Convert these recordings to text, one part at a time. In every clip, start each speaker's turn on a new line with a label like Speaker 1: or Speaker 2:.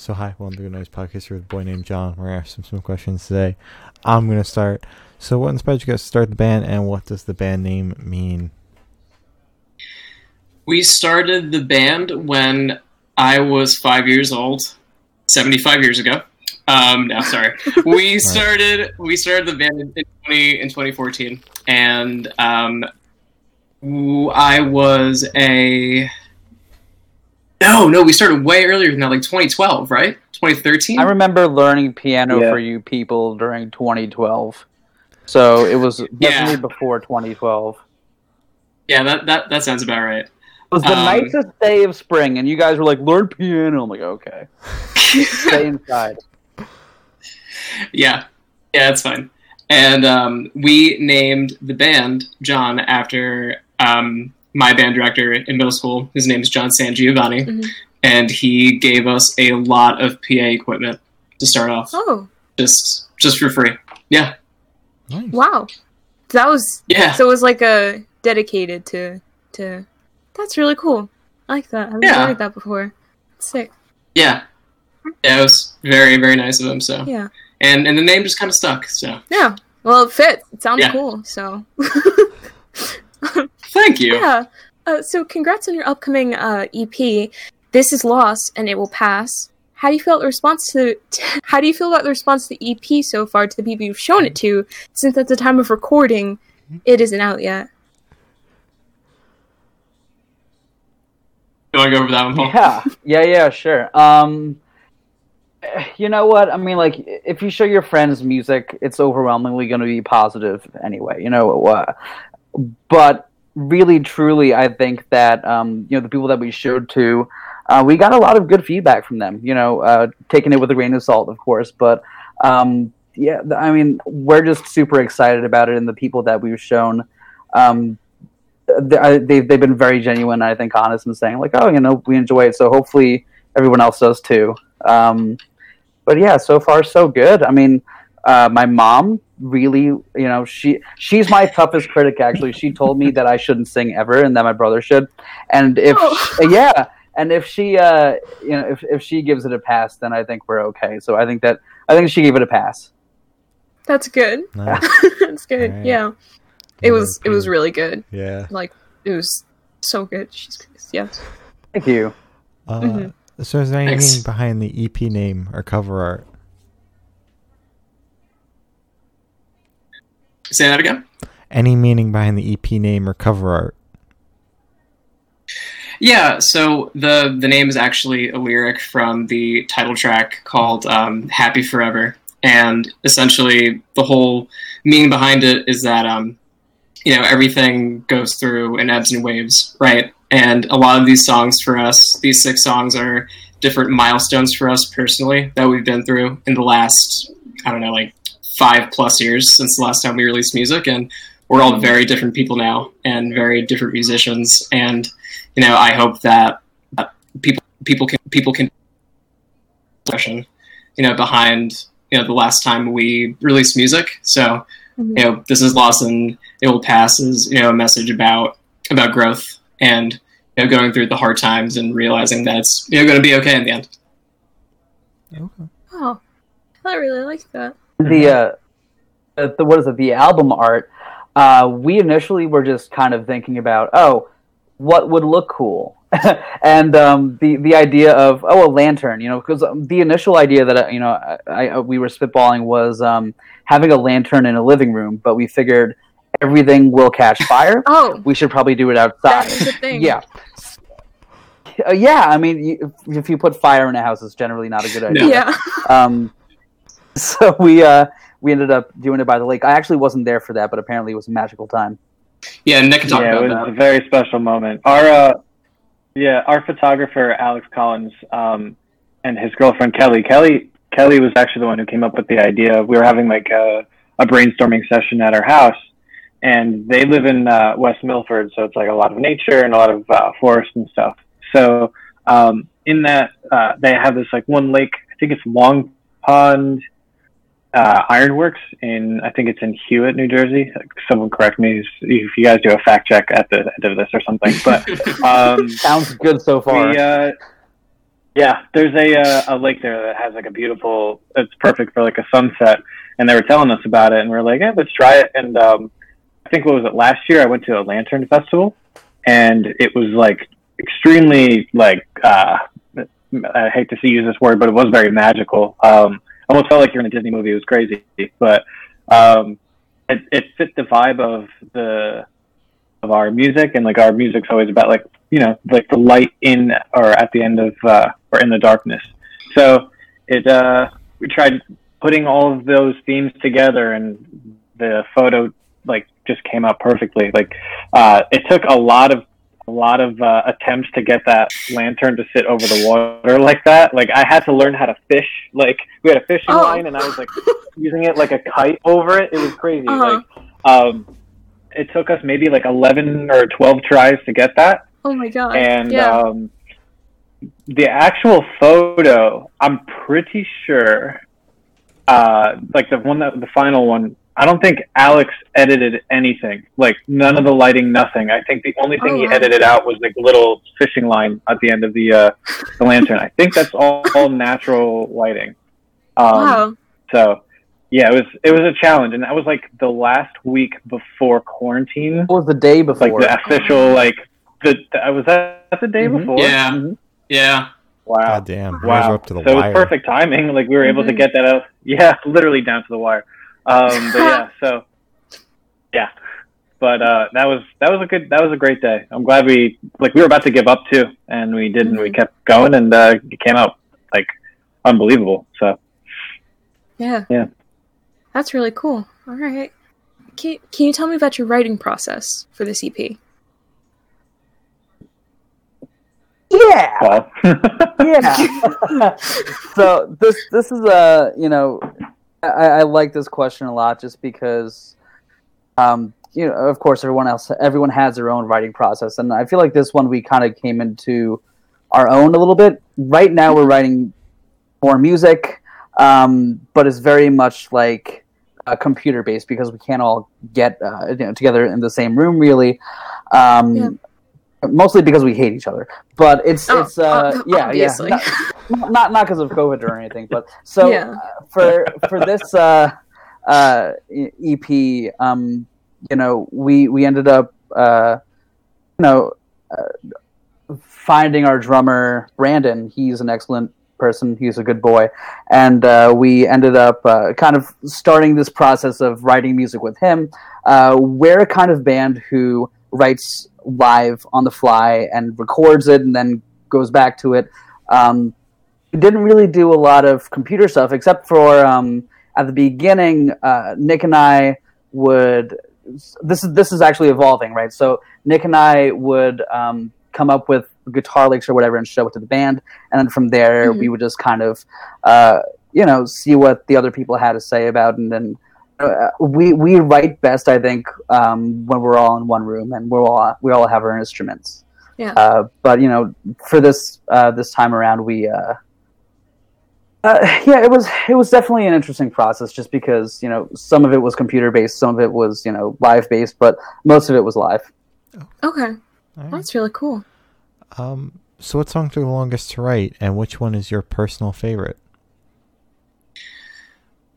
Speaker 1: So hi, welcome to Good Noise Podcast here with a boy named John. We're gonna ask him some questions today. I'm gonna start. So what inspired you guys to start the band, and what does the band name mean?
Speaker 2: We started the band when I was five years old, seventy-five years ago. Um, no, sorry. We started we started the band in twenty in twenty fourteen, and um, w- I was a no, no. We started way earlier than that, like twenty twelve, right? Twenty thirteen.
Speaker 3: I remember learning piano
Speaker 4: Yeah.
Speaker 3: for you people during 2012. So it was definitely
Speaker 2: Yeah.
Speaker 3: before 2012. It
Speaker 2: Yeah, that, that that sounds about right.
Speaker 3: was the
Speaker 2: Um,
Speaker 3: nicest day of spring, and you guys were like, learn piano. I'm like, okay. Stay inside.
Speaker 2: Yeah, yeah, that's fine. And um, we named the band John after um, my band director in middle school. His name is John San Giovanni,
Speaker 5: Mhm.
Speaker 2: and he gave us a lot of PA equipment to start off,
Speaker 5: Oh,
Speaker 2: just just for free.
Speaker 1: Nice.
Speaker 5: wow. That was
Speaker 2: Yeah,
Speaker 5: so it was like a dedicated to to That's really cool. I like that. I haven't
Speaker 2: Yeah.
Speaker 5: heard that before. Sick.
Speaker 2: yeah, yeah. It was very very nice of him. So
Speaker 5: Yeah.
Speaker 2: and and the name just kind of stuck. So
Speaker 5: Yeah. Well, it fits. It sounds
Speaker 2: Yeah.
Speaker 5: cool. So
Speaker 2: thank you.
Speaker 5: yeah. Uh, so congrats on your upcoming uh, EP. This is lost and it will pass. How do you feel about the response to How do you feel about the response to the EP so far to the people you've shown it to? Since at the time of recording, it isn't out yet.
Speaker 2: You want to go over that one, Paul?
Speaker 3: Yeah, yeah, yeah, sure. Um, eh, you know what? I mean, like, if you show your friends music, it's overwhelmingly going to be positive anyway. You know what? But really, truly, I think that um, you know the people that we showed to, uh, we got a lot of good feedback from them. You know, uh, taking it with a grain of salt, of course, but. Um, yeah, th- I mean, we're just super excited about it, and the people that we've shown um, th- I- they've they've been very genuine. I think honest in saying like, oh, you know, we enjoy it. So hopefully everyone else does too. Um, but yeah, so far so good. I mean, uh, my mom really, you know, she she's my toughest critic. Actually, she told me that I shouldn't sing ever, and that my brother should. And if uh,
Speaker 5: Oh.
Speaker 3: yeah, and if she, uh, you know, if if she gives it a pass, then I think we're okay. So I think that I think she gave it a pass.
Speaker 5: That's good.
Speaker 1: Nice.
Speaker 5: That's good.
Speaker 1: Alright.
Speaker 5: Yeah. It was it was
Speaker 1: Another
Speaker 5: really good.
Speaker 1: pre- yeah.
Speaker 5: Like it was so good. She's yeah.
Speaker 3: Thank you.
Speaker 1: Uh,
Speaker 5: Mhm.
Speaker 1: So is there anything
Speaker 2: Thanks.
Speaker 1: behind the EP name or cover art?
Speaker 2: Say that again.
Speaker 1: Any meaning behind the EP name or cover art?
Speaker 2: Yeah, so the the name is actually a lyric from the title track called um, "Happy Forever," and essentially the whole meaning behind it is that um, you know everything goes through in ebbs and waves, right? And a lot of these songs for us, these six songs are different milestones for us personally that we've been through in the last I don't know like five plus years since the last time we released music, and we're all very different people now and very different musicians and you know, I hope that uh, people people can people can expression, you know, behind you know the last time we released music. So you know, this is lost and it will pass is you know a message about about growth and you know going through the hard times and realizing that it's you know going to be okay in the end.
Speaker 1: Okay.
Speaker 5: Oh. I really like that.
Speaker 3: the uh, the- the what is it the album art uh, we initially were just kind of thinking about oh what would look cool and um, the the idea of oh a lantern you know because the initial idea that uh, you know I, I, we were spitballing was um, having a lantern in a living room but we figured everything will catch fire
Speaker 5: Oh,
Speaker 3: we should probably do it
Speaker 5: that
Speaker 3: outside
Speaker 5: was a thing.
Speaker 3: yeah Uh, yeah i mean you, if you put fire in a house it's generally not a good idea
Speaker 2: No.
Speaker 5: Yeah.
Speaker 3: um, so we uh, we ended up doing it by the lake. I actually wasn't there for that, but apparently it was a magical time.
Speaker 2: Yeah, Nick can talk
Speaker 4: yeah, it was
Speaker 2: about
Speaker 4: a
Speaker 2: that.
Speaker 4: very special moment. Our uh, yeah, our photographer Alex Collins um, and his girlfriend Kelly. Kelly Kelly was actually the one who came up with the idea. We were having like a, a brainstorming session at our house, and they live in uh, West Milford, so it's like a lot of nature and a lot of uh, forest and stuff. So um, in that uh, they have this like one lake. I think it's Long Pond uh, Ironworks in I think it's in Hewitt, New Jersey. Someone correct me if if you guys do a fact check at the end of this or something. But um,
Speaker 3: Sounds good so far.
Speaker 4: we, uh, Yeah, there's a uh, a lake there that has like a beautiful. It's perfect for like a sunset, and they were telling us about it, and we are like, yeah, let's try it. And um, I think what was it last year? I went to a lantern festival, and it was like extremely like uh, I hate to see use this word, but it was very magical. Um, almost felt like you're in a Disney movie. It was crazy, but um, it, it fit the vibe of the of our music, and like our music's always about like you know like the light in or at the end of uh, or in the darkness. So it uh, we tried putting all of those themes together, and the photo like just came out perfectly. Like uh, it took a lot of a lot of uh, attempts to get that lantern to sit over the water like that. Like I had to learn how to fish. Like we had a fishing
Speaker 5: Oh.
Speaker 4: line, and I was like using it like a kite over it. It was crazy.
Speaker 5: Uh-huh.
Speaker 4: Like um, it took us maybe like eleven or twelve tries to get that,
Speaker 5: Oh my god.
Speaker 4: and
Speaker 5: yeah.
Speaker 4: um, the actual photo, I'm pretty sure, uh, like the one that the final one. I don't think Alex edited anything. Like none of the lighting, nothing. I think the only thing
Speaker 5: Oh,
Speaker 4: he
Speaker 5: wow.
Speaker 4: edited out was like little fishing line at the end of the uh, the lantern. I think that's all, all natural lighting. Um,
Speaker 5: wow.
Speaker 4: So yeah, it was it was a challenge, and that was like the last week before quarantine
Speaker 3: It was the day
Speaker 4: like
Speaker 3: before.
Speaker 4: the official like the, the I was that the day
Speaker 1: Mhm.
Speaker 4: before. Mm-hmm.
Speaker 2: Yeah. Yeah.
Speaker 4: Wow.
Speaker 1: God damn.
Speaker 4: Wow.
Speaker 1: Wow. Up to the
Speaker 4: so
Speaker 1: wire.
Speaker 4: it was perfect timing. Like we were able to
Speaker 5: Mhm.
Speaker 4: get that out. Yeah, literally down to the wire. Um, but yeah, so yeah, but uh, that was that was a good that was a great day. I'm glad we like we were about to give up too, and we didn't. We kept going, and uh, it came out like unbelievable. So
Speaker 5: Yeah.
Speaker 4: yeah.
Speaker 5: That's really cool. All right. Can, can you tell me about your writing process for this E EP?
Speaker 3: Yeah.
Speaker 4: Paul.
Speaker 3: yeah. so this this is a you know I, I like this question a lot just because um you know of course everyone else everyone has their own writing process and I feel like this one we kind of came into our own a little bit. Right now we're writing more music, um, but it's very much like a computer based because we can't all get uh, you know, together in the same room really. Um,
Speaker 5: Yeah.
Speaker 3: Mostly because we hate each other, but it's
Speaker 5: Oh,
Speaker 3: it's uh,
Speaker 5: ob-
Speaker 3: yeah
Speaker 5: obviously.
Speaker 3: yeah not- not not because of COVID or anything, but so
Speaker 5: Yeah.
Speaker 3: uh, for for this uh, uh, e- EP, um, you know, we we ended up uh, you know uh, finding our drummer Brandon. He's an excellent person. He's a good boy, and uh, we ended up uh, kind of starting this process of writing music with him. Uh, we're a kind of band who writes live on the fly and records it and then goes back to it. Um, we didn't really do a lot of computer stuff except for um, at the beginning uh, nick and i would this is this is actually evolving right so nick and i would um, come up with guitar licks or whatever and show it to the band and then from there
Speaker 5: Mhm.
Speaker 3: we would just kind of uh, you know see what the other people had to say about it and then uh, we we write best i think um, when we're all in one room and we're all we all have our instruments
Speaker 5: Yeah.
Speaker 3: uh, but you know for this uh, this time around we uh, uh, yeah, it was it was definitely an interesting process, just because you know some of it was computer based, some of it was you know live based, but most of it was live.
Speaker 5: Okay.
Speaker 1: All right.
Speaker 5: That's really cool.
Speaker 1: Um, so what song took the longest to write, and which one is your personal favorite?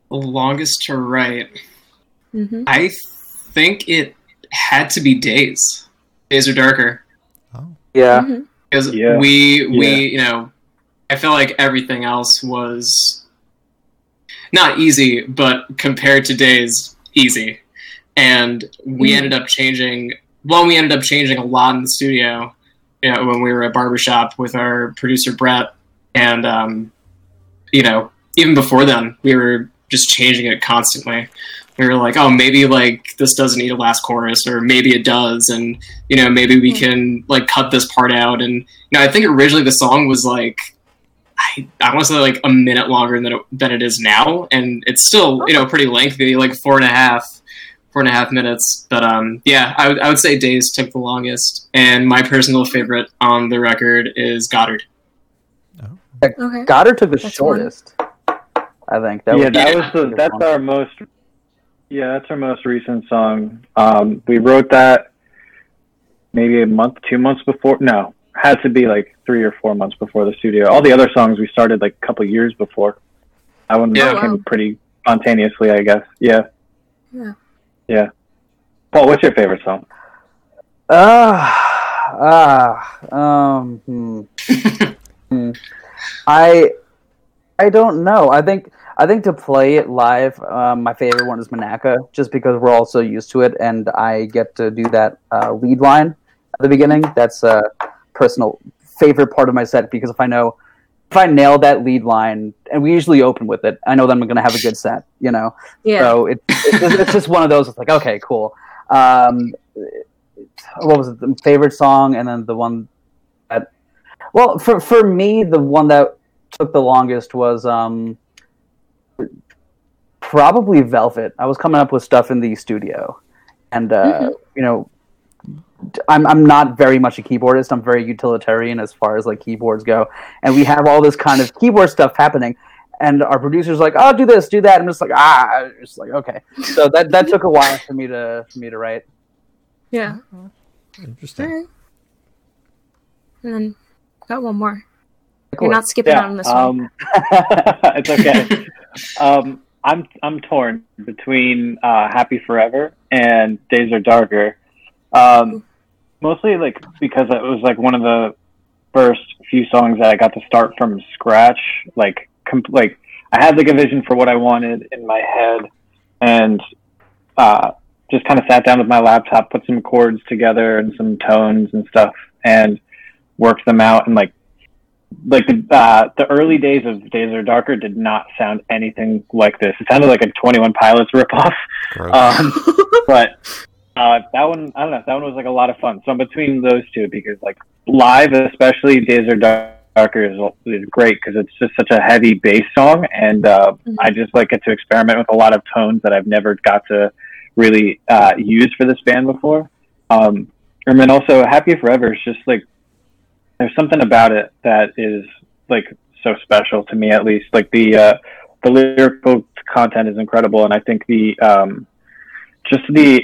Speaker 2: The longest to write.
Speaker 5: hmm
Speaker 2: I think it had to be days. Days are darker
Speaker 1: Oh,
Speaker 3: Yeah,
Speaker 5: Mhm.
Speaker 2: because
Speaker 4: Yeah.
Speaker 2: we we you know I felt like everything else was not easy, but compared to days, easy. And we
Speaker 5: Mhm.
Speaker 2: ended up changing. Well, we ended up changing a lot in the studio. You know, when we were at barbershop with our producer Brett, and um, you know, even before then, we were just changing it constantly. We were like, oh, maybe like this doesn't need a last chorus, or maybe it does, and you know, maybe we
Speaker 5: Mhm.
Speaker 2: can like cut this part out. And you know, I think originally the song was like, I, I want to say like a minute longer than it, than it is now, and it's still you know pretty lengthy, like four and a half, four and a half minutes. But um, yeah, I would I would say Days took the longest, and my personal favorite on the record is Goddard.
Speaker 5: Okay.
Speaker 3: Goddard took the
Speaker 5: That's
Speaker 3: shortest. I think that
Speaker 4: yeah,
Speaker 3: was
Speaker 4: that
Speaker 2: yeah.
Speaker 4: was the, that's our most. Yeah, that's our most recent song. Um, we wrote that maybe a month, two months before. No, had to be like three or four months before the studio. All the other songs we started like a couple years before. That one
Speaker 2: Yeah.
Speaker 4: came
Speaker 5: Wow.
Speaker 4: pretty spontaneously, I guess. Yeah.
Speaker 5: Yeah.
Speaker 4: Yeah. Paul, what's your favorite song?
Speaker 3: Ah, ah, um, hmm. Hmm. I, I don't know. I think I think to play it live, um, my favorite one is Manaka, just because we're all so used to it, and I get to do that uh, lead line at the beginning. That's a personal favorite part of my set because if I know if I nail that lead line, and we usually open with it, I know that I'm going to have a good set. You know.
Speaker 5: Yeah.
Speaker 3: So it, it, it's just one of those. It's like, okay, cool. Um, what was it? The favorite song, and then the one that. Well, for for me, the one that took the longest was um, probably Velvet. I was coming up with stuff in the studio, and uh, you know. I'm I'm not very much a keyboardist. I'm very utilitarian as far as like keyboards go, and we have all this kind of keyboard stuff happening and our producer's like, "Oh, do this, do that." I'm just like, "Ah," just like, "Okay." So that that took a while for me to for me to write.
Speaker 5: Yeah.
Speaker 1: Interesting.
Speaker 5: Alright. And then got one more.
Speaker 3: Cool.
Speaker 5: You're not skipping out on this one.
Speaker 4: um, it's okay. um, I'm I'm torn between uh, Happy Forever and Days Are Darker, um, mostly like because it was like one of the first few songs that I got to start from scratch. Like com- like I had like a vision for what I wanted in my head, and uh, just kind of sat down with my laptop, put some chords together and some tones and stuff, and worked them out and like like the uh, the early days of Days Are Darker did not sound anything like this. It sounded like a Twenty One Pilots ripoff.
Speaker 1: Gross.
Speaker 5: Uh,
Speaker 4: Um, but uh, that one, I don't know. That one was like a lot of fun. So I'm between those two because like live, especially Days Are Dar- Darker is, is great because it's just such a heavy bass song, and uh,
Speaker 5: Mhm.
Speaker 4: I just like get to experiment with a lot of tones that I've never got to really uh, use for this band before. Um, and then also Happy Forever is just like there's something about it that is like so special to me at least. Like the uh, the lyrical content is incredible, and I think the um, just the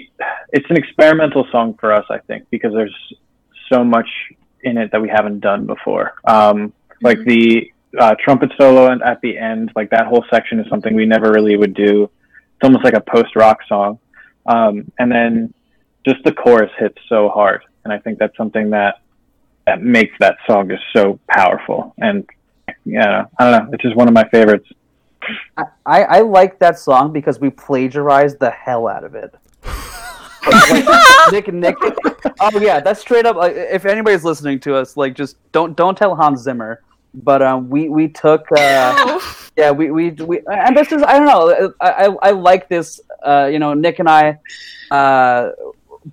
Speaker 4: it's an experimental song for us i think because there's so much in it that we haven't done before um, like the uh, trumpet solo and at the end like that whole section is something we never really would do it's almost like a post rock song um, and then just the chorus hits so hard and i think that's something that that makes that song just so powerful and yeah i don't know it's just one of my favorites
Speaker 3: I, I I like that song because we plagiarized the hell out of it. Nick Nick. Oh yeah, that's straight up. Like, if anybody's listening to us, like just don't don't tell Hans Zimmer. But um, we we took. Uh, yeah we, we we and this is i don't know i i, I like this uh you know nick and i uh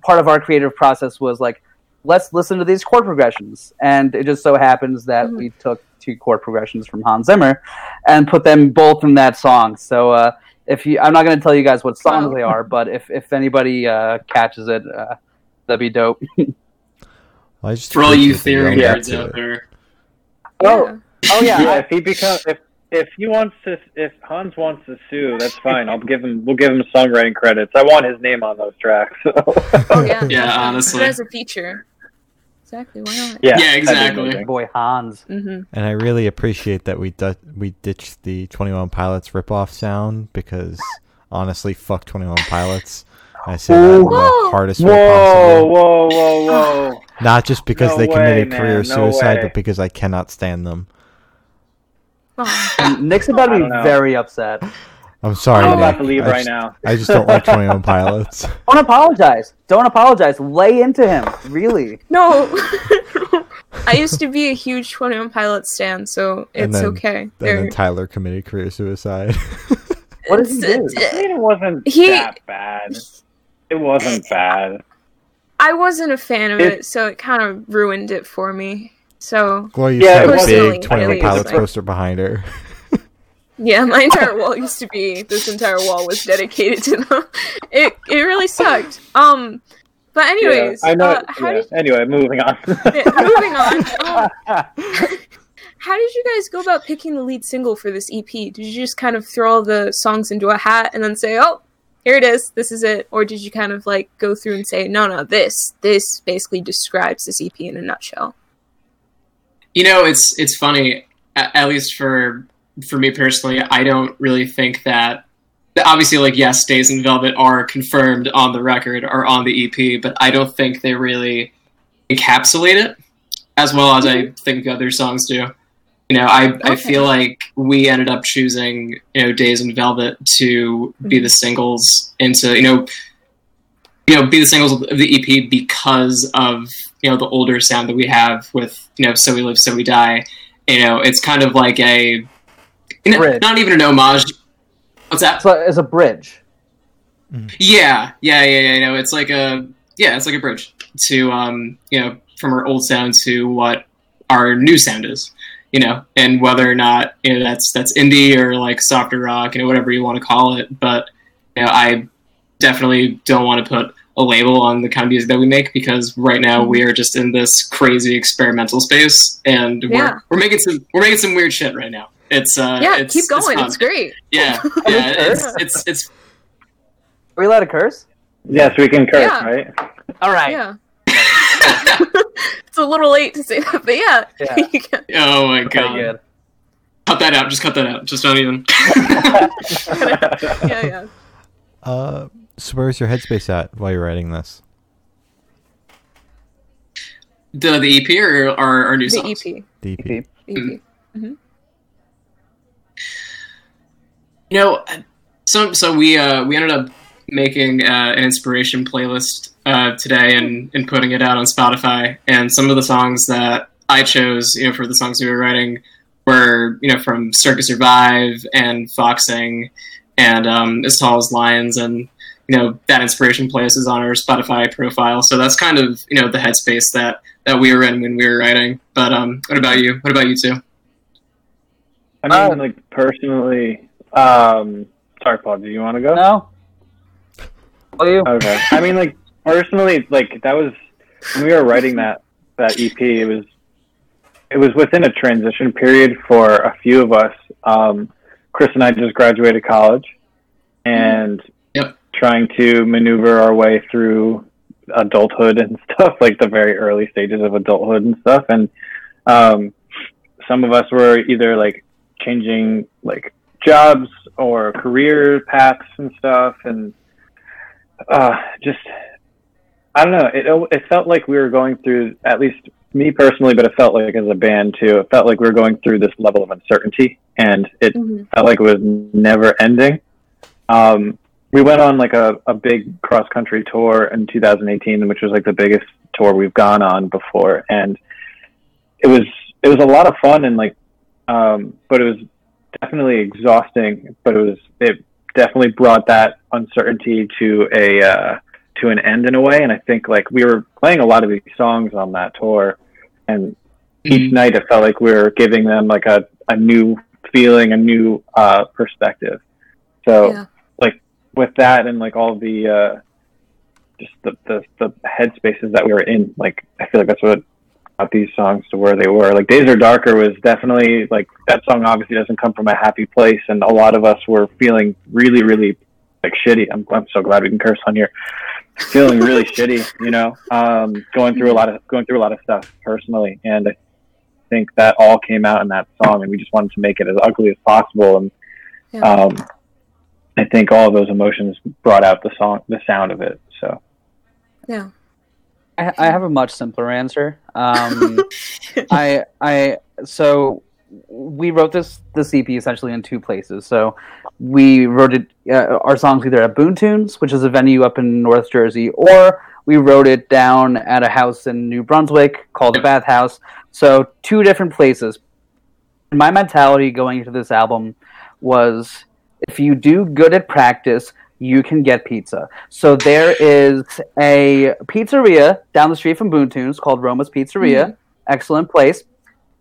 Speaker 3: part of our creative process was like let's listen to these chord progressions and it just so happens that we took two chord progressions from hans zimmer and put them both in that song so uh if you i'm not going to tell you guys what songs
Speaker 5: Wow.
Speaker 3: they are but if if anybody uh catches it uh that'd be dope
Speaker 1: Well, I just
Speaker 2: For all you
Speaker 1: appreciate that
Speaker 2: theory
Speaker 1: you
Speaker 4: Yeah.
Speaker 1: owned up
Speaker 2: nerds
Speaker 1: to
Speaker 2: out
Speaker 1: it.
Speaker 2: there,
Speaker 3: oh oh yeah,
Speaker 4: yeah,
Speaker 3: I-
Speaker 4: if he becomes if if he wants to if Hans wants to sue, that's fine. I'll give him we'll give him songwriting credits. I want his name on those tracks. So.
Speaker 5: Oh yeah.
Speaker 2: Yeah, honestly.
Speaker 5: As a feature. Exactly. Why not?
Speaker 4: yeah,
Speaker 2: Yeah, exactly.
Speaker 4: that'd be amazing.
Speaker 3: boy hans
Speaker 5: Mm-hmm.
Speaker 1: And I really appreciate that we du- we ditched the Twenty One Pilots ripoff sound because honestly, fuck Twenty One Pilots. I said that in the
Speaker 5: Whoa.
Speaker 1: hardest way
Speaker 4: Whoa,
Speaker 1: possible.
Speaker 4: whoa, whoa, whoa!
Speaker 1: Not just because
Speaker 4: No
Speaker 1: they committed
Speaker 4: way,
Speaker 1: career
Speaker 4: man, no
Speaker 1: suicide,
Speaker 4: way.
Speaker 1: but because I cannot stand them.
Speaker 3: And nick's about to
Speaker 4: I
Speaker 3: be
Speaker 4: don't know.
Speaker 3: very upset
Speaker 1: I'm sorry,
Speaker 4: I'm about
Speaker 1: Nick.
Speaker 4: to leave
Speaker 1: I
Speaker 4: right
Speaker 1: just,
Speaker 4: now.
Speaker 1: I just don't like Twenty One Pilots.
Speaker 3: Don't apologize. Don't apologize. Lay into him. Really.
Speaker 5: No. I used to be a huge 21 Pilots stan, so
Speaker 1: And
Speaker 5: it's
Speaker 1: then-
Speaker 5: okay.
Speaker 1: And
Speaker 5: They're,
Speaker 1: then Tyler committed career suicide.
Speaker 3: What does he do?
Speaker 4: I mean, it wasn't
Speaker 5: He-
Speaker 4: that bad. It wasn't bad.
Speaker 5: I wasn't a fan of
Speaker 4: It-
Speaker 5: it, so it kind of ruined it for me. So
Speaker 1: Gloria used
Speaker 4: Yeah,
Speaker 1: to have
Speaker 4: it
Speaker 1: a
Speaker 4: was
Speaker 5: really-
Speaker 1: big Twenty One
Speaker 5: really
Speaker 1: Pilots
Speaker 5: upsetting.
Speaker 1: poster behind her.
Speaker 5: yeah, my entire wall used to be this entire wall was dedicated to them. It it really sucked. Um, but anyways,
Speaker 4: yeah, I know.
Speaker 5: uh, how
Speaker 4: yeah.
Speaker 5: did
Speaker 4: Anyway, moving on.
Speaker 5: Yeah, moving on. Um, how did you guys go about picking the lead single for this EP? Did you just kind of throw all the songs into a hat and then say, "Oh, here it is. This is it," or did you kind E of like go through and say, "No, no, this this basically describes this EP in a nutshell"?
Speaker 2: you know, it's it's funny. a- At least for for me personally, I don't really think that. that Obviously, like yes, Days in Velvet are confirmed on the record or on the EP, but I don't think they really encapsulate it as well as I think other songs do. You know, I I
Speaker 5: Okay.
Speaker 2: feel like we ended up choosing you know Days in Velvet to be the singles into you know you know be the singles of the EP because of you know the older sound that we have with you know So We Live So We Die. You know, it's kind of like a you know,
Speaker 3: Bridge.
Speaker 2: not even an homage. What's that?
Speaker 3: It's a, it's a bridge.
Speaker 2: Yeah, yeah, yeah, yeah. You know, it's like a yeah, it's like a bridge to um, you know, from our old sound to what our new sound is. You know, and whether or not you know that's that's indie or like softer rock, you know, whatever you want to call it. But you know, I definitely don't want to put a label on the kind of music that we make because right now we are just in this crazy experimental space, and
Speaker 5: Yeah.
Speaker 2: we're we're making some we're making some weird shit right now. It's uh,
Speaker 5: yeah,
Speaker 2: it's,
Speaker 5: keep going.
Speaker 2: fun.
Speaker 5: It's, great.
Speaker 2: yeah, yeah, it's it's it's
Speaker 3: Are we allowed to curse?
Speaker 4: Yes, we can curse,
Speaker 5: Yeah.
Speaker 4: right?
Speaker 3: All right.
Speaker 5: Yeah. it's a little late to say that, but yeah.
Speaker 3: Yeah.
Speaker 5: You can-
Speaker 2: oh my
Speaker 3: Okay,
Speaker 2: god.
Speaker 3: good.
Speaker 2: Cut that out. Just cut that out. Just don't even.
Speaker 5: yeah, yeah.
Speaker 1: Uh, so where's your headspace at while you're writing this?
Speaker 2: the the EP or our, our new
Speaker 5: The E
Speaker 2: songs? Mm-hmm.
Speaker 5: EP.
Speaker 1: The EP.
Speaker 3: EP.
Speaker 5: EP.
Speaker 2: You know, so so we uh, we ended up making uh, an inspiration playlist uh, today and and putting it out on Spotify. And some of the songs that I chose, you know, for the songs we were writing, were you know from Circus Survive and Foxing and um, As Tall as Lions and. You know that inspiration playlist is on our Spotify profile, so that's kind of you know the headspace that that we were in when we were writing. But um, what about you? What about you two?
Speaker 4: I
Speaker 3: Uh,
Speaker 4: mean, like personally, um, sorry, Paul. Do you want to go?
Speaker 3: No. Will you?
Speaker 4: Okay. I mean, like personally, like that was when we were writing that that EP. It was it was within a transition period for a few of us. Um, Chris and I just graduated college, and
Speaker 2: Yep.
Speaker 4: trying to maneuver our way through adulthood and stuff, like the very early stages of adulthood and stuff. And um, some of us were either like changing like jobs or career paths and stuff, and uh, just I don't know. It it felt like we were going through at least me personally, but it felt like as a band too. It felt like we were going through this level of uncertainty, and it
Speaker 5: Mhm.
Speaker 4: felt like it was never ending. Um, we went on like a, a big cross country tour in 2018, which was like the biggest tour we've gone on before, and it was it was a lot of fun and like, um, but it was definitely exhausting. But it was it definitely brought that uncertainty to a uh, to an end in a way, and I think like we were playing a lot of these songs on that tour, and each night it felt like we were giving them like a, a new feeling a new uh, perspective so
Speaker 5: Yeah.
Speaker 4: like with that and like all the uh, just the, the the headspaces that we were in like i feel like that's what got these songs to where they were like days are darker was definitely like that song obviously doesn't come from a happy place and a lot of us were feeling really really like shitty i'm, I'm so glad we can curse on here feeling really shitty you know um, going through a lot of going through a lot of stuff personally and I think that all came out in that song, and we just wanted to make it as ugly as possible. And
Speaker 5: Yeah.
Speaker 4: um, I think all of those emotions brought out the song, the sound of it. So
Speaker 3: I, I have a much simpler answer. Um, I I so we wrote this this EP essentially in two places. So we wrote it uh, our songs either at Boontunes, which is a venue up in North Jersey, or we wrote it down at a house in New Brunswick called the Bath House. So two different places. My mentality going into this album was if you do good at practice, you can get pizza. So there is a pizzeria down the street from Boontoons called Roma's Pizzeria. Excellent place.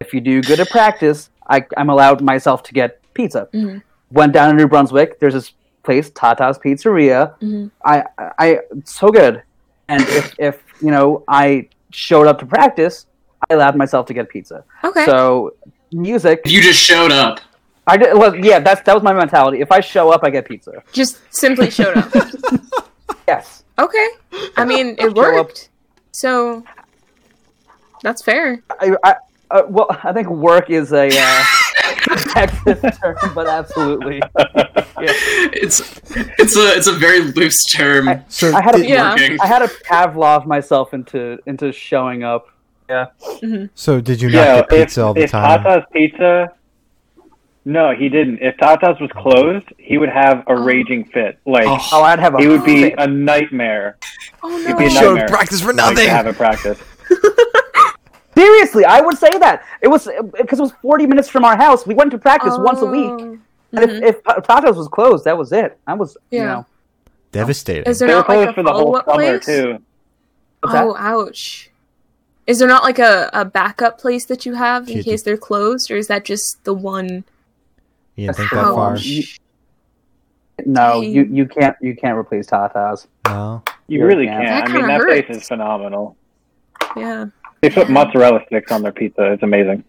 Speaker 3: If you do good at practice, I, I'm allowed myself to get pizza.
Speaker 5: Mhm.
Speaker 3: Went down to New Brunswick. There's this place, Tata's Pizzeria.
Speaker 5: Mhm.
Speaker 3: I, I, I, so good. And if, if you know, I showed up to practice, I allowed myself to get pizza.
Speaker 5: Okay.
Speaker 3: So music,
Speaker 2: You just showed up.
Speaker 3: I did, well, yeah, that's that was my mentality. If I show up, I get pizza.
Speaker 5: Just simply showed up.
Speaker 3: Yes.
Speaker 5: okay. I mean, it
Speaker 3: Show up.
Speaker 5: worked. So that's fair.
Speaker 3: I, I Uh, well, I think work is a uh, Texas term, but absolutely.
Speaker 2: it's it's a it's a very loose term.
Speaker 3: I-
Speaker 1: So
Speaker 3: I had a
Speaker 1: did-
Speaker 5: Yeah.
Speaker 2: Working.
Speaker 3: I had a Pavlov myself into into showing up.
Speaker 1: so did you not
Speaker 4: Yeah,
Speaker 1: get pizza all the
Speaker 4: if
Speaker 1: time?
Speaker 4: Tata's Pizza, no, he didn't. If Tata's was closed, he would have a
Speaker 5: Oh.
Speaker 4: raging fit. Like
Speaker 2: Oh.
Speaker 3: Oh, I'd have a.
Speaker 4: he would be a nightmare.
Speaker 5: Oh
Speaker 4: It'd be a
Speaker 5: no.
Speaker 1: Showed
Speaker 4: nightmare.
Speaker 1: practice for
Speaker 4: like,
Speaker 1: nothing.
Speaker 4: to have a practice.
Speaker 3: Seriously, I would say that it was because it was forty minutes from our house. We went to practice once a week,
Speaker 5: Oh.
Speaker 3: and
Speaker 5: Mhm.
Speaker 3: if, if Tata's was closed, that was it. I was, you
Speaker 5: Yeah.
Speaker 3: know,
Speaker 1: Devastating.
Speaker 5: Is there
Speaker 4: They were
Speaker 5: not
Speaker 4: closed
Speaker 5: like a
Speaker 4: for the whole
Speaker 5: follow-up
Speaker 4: summer
Speaker 5: place?
Speaker 4: too.
Speaker 3: What's that?
Speaker 5: Oh, ouch. Is there not like a, a backup place that you have in
Speaker 1: Kitty.
Speaker 5: case they're closed, or is that just the one?
Speaker 1: you didn't think that far.
Speaker 5: Ouch.
Speaker 3: no,
Speaker 5: Dang.
Speaker 3: you you can't you can't replace Tata's.
Speaker 1: No.
Speaker 4: You
Speaker 3: Yeah.
Speaker 4: really
Speaker 3: That
Speaker 4: can't. I
Speaker 5: kinda
Speaker 4: mean, that place
Speaker 5: hurts.
Speaker 4: is phenomenal.
Speaker 5: Yeah.
Speaker 4: They put
Speaker 5: Yeah.
Speaker 4: mozzarella sticks on their pizza. It's amazing.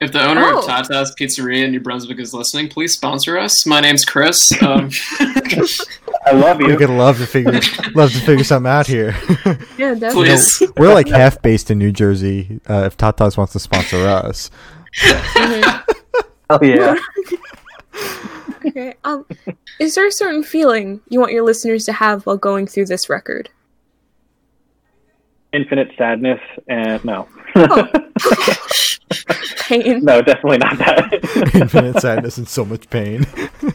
Speaker 2: If the owner of
Speaker 5: Oh.
Speaker 2: Tata's Pizzeria in New Brunswick is listening, please sponsor us. My name's Chris. Um,
Speaker 4: I love
Speaker 1: We're
Speaker 4: you.
Speaker 1: gonna love to figure love to figure something out here.
Speaker 5: Yeah, definitely.
Speaker 2: please.
Speaker 1: We're like half based in New Jersey. Uh, if Tata's wants to sponsor us,
Speaker 3: Oh yeah,
Speaker 5: Okay. Um, is there a certain feeling you want your listeners to have while going through this record?
Speaker 4: Infinite sadness and no,
Speaker 5: Oh. Pain.
Speaker 4: no, definitely not that.
Speaker 1: infinite sadness and so much pain.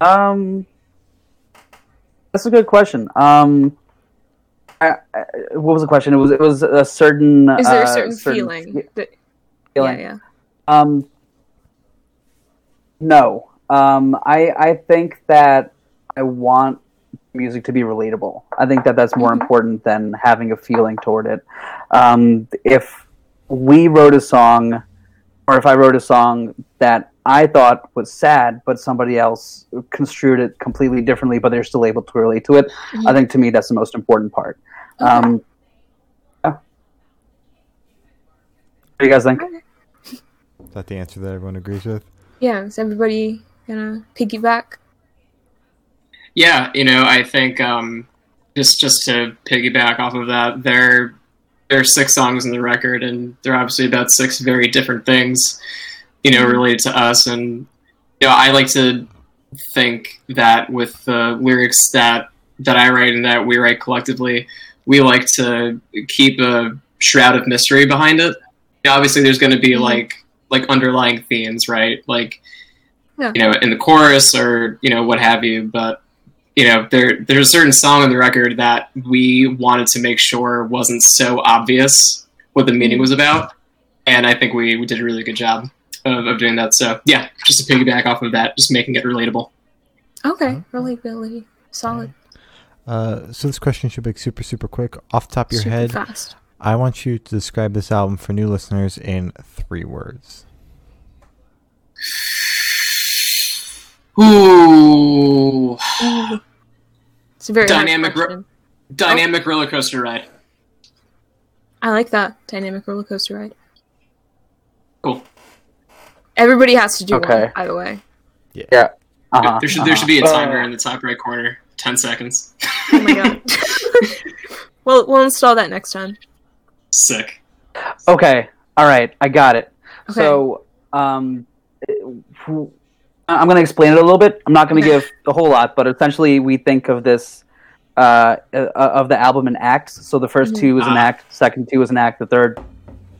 Speaker 3: um, that's a good question. Um, I, I, what was the question? It was it was a certain.
Speaker 5: Is there a
Speaker 3: uh,
Speaker 5: certain, feeling? That,
Speaker 3: feeling?
Speaker 5: Yeah, yeah.
Speaker 3: Um, no. Um, I I think that I want music to be relatable. I think that that's more
Speaker 2: Mm-hmm.
Speaker 5: Mhm.
Speaker 3: important than having a feeling toward it. Um, if we wrote a song, or if I wrote a song that I thought was sad, but somebody else construed it completely differently, but they're still able to relate to it. I
Speaker 2: Mm-hmm.
Speaker 3: think to me that's the most important part. Um, yeah. What do you guys think?
Speaker 1: Is that the answer that everyone agrees with?
Speaker 5: Yeah, is everybody gonna piggyback?
Speaker 2: Yeah, you know, I think um, just just to piggyback off of that, there there are six songs in the record, and they're obviously about six very different things, you know,
Speaker 5: Mhm.
Speaker 2: related to us. And you know, I like to think that with the lyrics that that I write and that we write collectively, we like to keep a shroud of mystery behind it. You know, obviously, there's going to be
Speaker 5: Mhm.
Speaker 2: like like underlying themes, right? Like
Speaker 5: Yeah.
Speaker 2: you know, in the chorus or you know what have you, but you know, there there's a certain song on the record that we wanted to make sure wasn't so obvious what the meaning was about, and I think we, we did a really good job of, of doing that. So yeah, just to piggyback off of that, just making it relatable.
Speaker 5: Okay,
Speaker 1: Mhm.
Speaker 5: relatability, solid,
Speaker 1: Uh, so this question should be super super quick. Off the top of your
Speaker 5: super
Speaker 1: head,
Speaker 5: fast.
Speaker 1: I want you to describe this album for new listeners in three words.
Speaker 2: Ooh,
Speaker 5: It's a very hard
Speaker 2: Dynamic ro-
Speaker 5: question.
Speaker 2: dynamic roller coaster ride.
Speaker 5: I like that dynamic roller coaster ride.
Speaker 2: Cool.
Speaker 5: Everybody has to do
Speaker 3: Okay.
Speaker 5: one, by the way.
Speaker 3: Uh-huh,
Speaker 2: there should
Speaker 3: uh-huh.
Speaker 2: there should be a
Speaker 4: Uh.
Speaker 2: timer in the top right corner. Ten seconds.
Speaker 5: Oh my god. well, we'll install that next time.
Speaker 2: Sick.
Speaker 3: Okay. All right. I got it.
Speaker 5: Okay.
Speaker 3: So, um, I- I'm going to explain it a little bit. I'm not going to
Speaker 5: Okay.
Speaker 3: give a whole lot, but essentially, we think of this uh, uh, of the album in acts. So the first
Speaker 5: Mhm.
Speaker 3: two is an
Speaker 2: Ah.
Speaker 3: act, second two is an act, the third,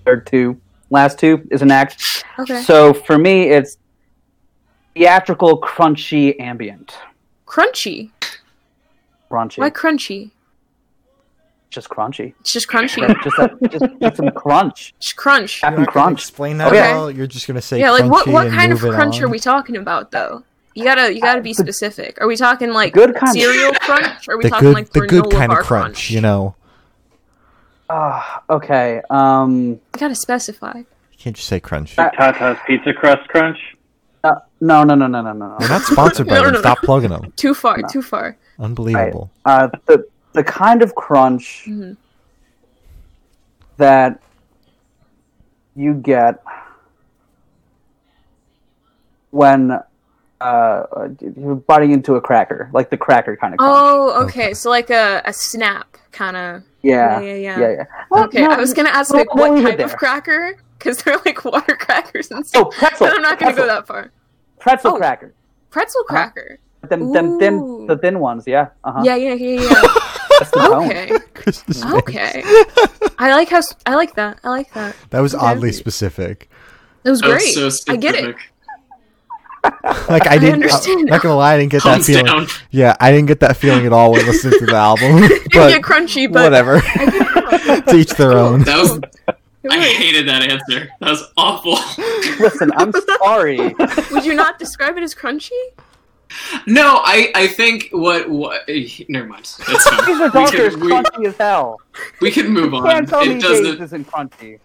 Speaker 3: third two, last two is an act.
Speaker 5: okay.
Speaker 3: So for me, it's theatrical, crunchy, ambient,
Speaker 5: crunchy.
Speaker 3: crunchy,
Speaker 5: Why crunchy?
Speaker 3: just crunchy,
Speaker 5: It's just crunchy.
Speaker 3: just, that, just just some crunch.
Speaker 5: just crunch.
Speaker 3: Captain
Speaker 1: You're not gonna
Speaker 3: Crunch.
Speaker 1: Explain that
Speaker 3: Okay.
Speaker 1: at all. You're just gonna say
Speaker 5: yeah, like what
Speaker 1: crunchy
Speaker 5: what
Speaker 1: and
Speaker 5: kind of
Speaker 1: move it
Speaker 5: crunch are
Speaker 1: on?
Speaker 5: we talking about though? You gotta you gotta be specific. Are we talking like
Speaker 3: Good kind of-
Speaker 5: cereal crunch? Or are we
Speaker 1: The
Speaker 5: talking
Speaker 1: good,
Speaker 5: like
Speaker 1: the good
Speaker 5: granola
Speaker 1: kind of
Speaker 5: bar
Speaker 1: crunch, you know.
Speaker 3: Ah, okay. Um.
Speaker 5: You gotta specify.
Speaker 1: You can't just say crunch.
Speaker 3: Uh,
Speaker 4: Tata's Pizza Crust Crunch.
Speaker 3: Uh, no, no, no, no, no, no.
Speaker 1: We're
Speaker 3: no.
Speaker 1: not sponsored by
Speaker 5: No,
Speaker 1: them.
Speaker 5: no, no.
Speaker 1: Stop plugging them.
Speaker 5: Too far, too far.
Speaker 1: Unbelievable.
Speaker 3: Uh, the the kind of crunch
Speaker 5: Mhm.
Speaker 3: that you get when uh, biting into a cracker, like the cracker kind of. crunch.
Speaker 5: Oh, okay.
Speaker 1: Okay.
Speaker 5: So like a, a snap kind of.
Speaker 3: yeah,
Speaker 5: yeah, yeah.
Speaker 3: yeah, yeah. Well,
Speaker 5: Okay,
Speaker 3: no,
Speaker 5: I was gonna ask
Speaker 3: well,
Speaker 5: like what
Speaker 3: while we were
Speaker 5: type of
Speaker 3: there-
Speaker 5: cracker because they're like water crackers and
Speaker 3: Oh,
Speaker 5: stuff.
Speaker 3: pretzel.
Speaker 5: but I'm not gonna
Speaker 3: pretzel,
Speaker 5: go that far.
Speaker 3: pretzel
Speaker 5: Oh.
Speaker 3: cracker.
Speaker 5: Pretzel
Speaker 3: Uh-huh.
Speaker 5: cracker.
Speaker 3: Them, them thin,
Speaker 5: Ooh.
Speaker 3: the thin ones. Yeah. Uh huh.
Speaker 5: Yeah, yeah, yeah, yeah.
Speaker 3: That's the tone.
Speaker 5: okay,
Speaker 1: Christmas face.
Speaker 5: okay. I like how s- I like that. I like that.
Speaker 1: That was
Speaker 5: Okay.
Speaker 1: oddly specific.
Speaker 5: That was
Speaker 2: That
Speaker 5: great.
Speaker 2: was so
Speaker 5: I get it.
Speaker 2: specific.
Speaker 1: Like I didn't. uh,
Speaker 5: understand.
Speaker 1: not gonna lie, I didn't get that
Speaker 2: Thumbs
Speaker 1: feeling.
Speaker 2: down.
Speaker 1: Yeah, I didn't get that feeling at all when listening to the album.
Speaker 5: Didn't
Speaker 1: but
Speaker 5: get crunchy, but
Speaker 1: whatever.
Speaker 5: I get it.
Speaker 1: to each their own.
Speaker 2: That was.
Speaker 5: It
Speaker 2: I
Speaker 5: worked.
Speaker 2: hated that answer. That was awful.
Speaker 3: Listen, I'm sorry.
Speaker 5: Would you not describe it as crunchy?
Speaker 2: No, I, I think what what. eh, Never mind. That's fine.
Speaker 3: These are
Speaker 2: we,
Speaker 3: doctors
Speaker 2: can, we,
Speaker 3: crunchy as hell.
Speaker 2: we can move on.
Speaker 3: Can't tell me
Speaker 2: It
Speaker 3: Dave's
Speaker 2: doesn't
Speaker 3: isn't crunchy.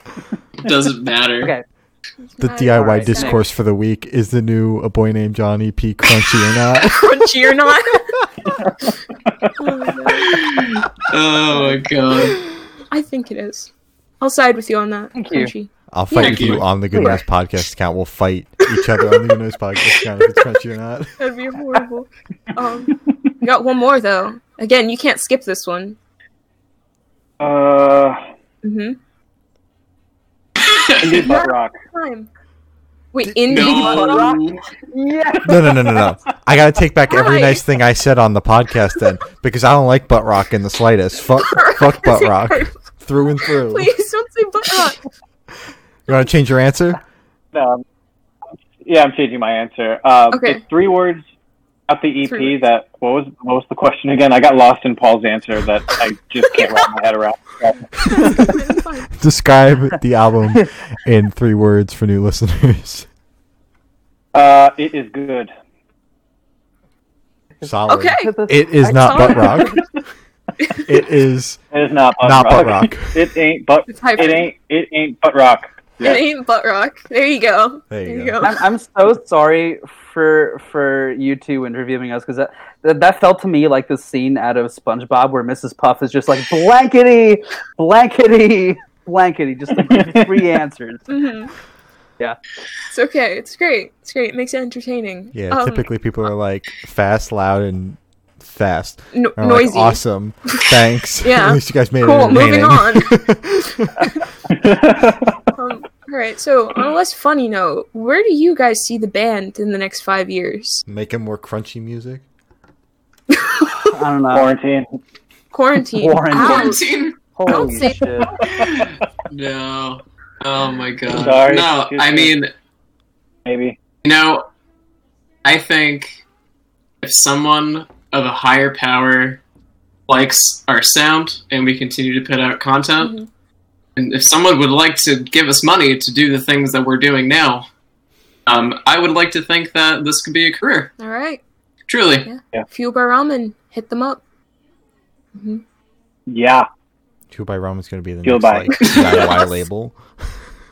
Speaker 2: doesn't matter.
Speaker 3: Okay.
Speaker 1: The
Speaker 5: Not
Speaker 1: DIY
Speaker 3: Alright,
Speaker 1: discourse for the week is the new A Boy Named John EP crunchy or not.
Speaker 5: crunchy or not? Oh my God.
Speaker 2: Oh my god.
Speaker 5: I think it is. I'll side with you on that.
Speaker 3: Thank you.
Speaker 5: Crunchy.
Speaker 1: I'll fight
Speaker 2: Yeah,
Speaker 1: with you
Speaker 2: you-
Speaker 1: on the Good News podcast account. We'll fight each other on the Good News podcast account if it's crunchy or not.
Speaker 5: That'd be horrible. Um, we got one more though. Again, you can't skip this one.
Speaker 4: Uh,
Speaker 5: hmm
Speaker 4: indie butt rock.
Speaker 5: Time. Wait, indie butt rock?
Speaker 2: No.
Speaker 3: Yeah.
Speaker 1: No, no, no, no, no. I gotta take back every
Speaker 5: Why?
Speaker 1: nice thing I said on the podcast then, because I don't like butt rock in the slightest. Fuck, fuck butt rock through and through. You
Speaker 5: Please don't say butt rock.
Speaker 1: want to change your answer?
Speaker 4: No. I'm- Yeah, I'm changing my answer. Uh,
Speaker 5: Okay.
Speaker 4: It's three words at the EP
Speaker 5: Three words.
Speaker 4: that what was what was the question again? I got lost in Paul's answer that I just can't wrap my head around.
Speaker 5: It's fine.
Speaker 1: Describe the album in three words for new listeners.
Speaker 4: Uh, it is good.
Speaker 1: Solid.
Speaker 5: okay.
Speaker 1: It is not butt
Speaker 5: Solid.
Speaker 1: rock. It is
Speaker 4: It is not butt
Speaker 1: not
Speaker 4: rock.
Speaker 1: butt rock.
Speaker 4: it ain't butt.
Speaker 5: It's hyper.
Speaker 4: It ain't. It ain't butt rock.
Speaker 5: It ain't butt rock. There you go.
Speaker 1: There you go.
Speaker 3: I'm, I'm so sorry for for you two interviewing us because that, that that felt to me like the scene out of SpongeBob where Mrs. Puff is just like blankety, blankety, blankety, just like three answers.
Speaker 5: Mhm.
Speaker 3: Yeah.
Speaker 5: It's okay. It's great. It's great. It makes it entertaining.
Speaker 1: Yeah,
Speaker 5: Um,
Speaker 1: typically people are like fast, loud, and fast.
Speaker 5: no-
Speaker 1: And I'm like,
Speaker 5: noisy.
Speaker 1: awesome. Thanks.
Speaker 5: Yeah.
Speaker 1: At least you guys made it.
Speaker 5: Cool, moving
Speaker 1: entertaining. Uh.
Speaker 5: Um, all right. So, on a less funny note, where do you guys see the band in the next five years?
Speaker 1: Making more crunchy music.
Speaker 3: I don't know.
Speaker 4: Quarantine.
Speaker 5: Quarantine.
Speaker 3: Warren.
Speaker 5: Ouch.
Speaker 2: Quarantine?
Speaker 5: Don't
Speaker 3: Holy
Speaker 5: say-
Speaker 3: shit.
Speaker 2: No. Oh my god.
Speaker 4: Sorry,
Speaker 2: no,
Speaker 4: excuse
Speaker 2: I
Speaker 4: me.
Speaker 2: mean,
Speaker 4: Maybe.
Speaker 2: you know, I think if someone of a higher power likes our sound and we continue to put out content,
Speaker 5: Mhm.
Speaker 2: and if someone would like to give us money to do the things that we're doing now, um, I would like to think that this could be a career.
Speaker 5: All right.
Speaker 2: Truly.
Speaker 5: Fuel by Ramen. Hit them up.
Speaker 4: Yeah.
Speaker 1: Two by Ramen's going to be the
Speaker 4: Two
Speaker 1: next
Speaker 4: by-
Speaker 1: like, DIY label.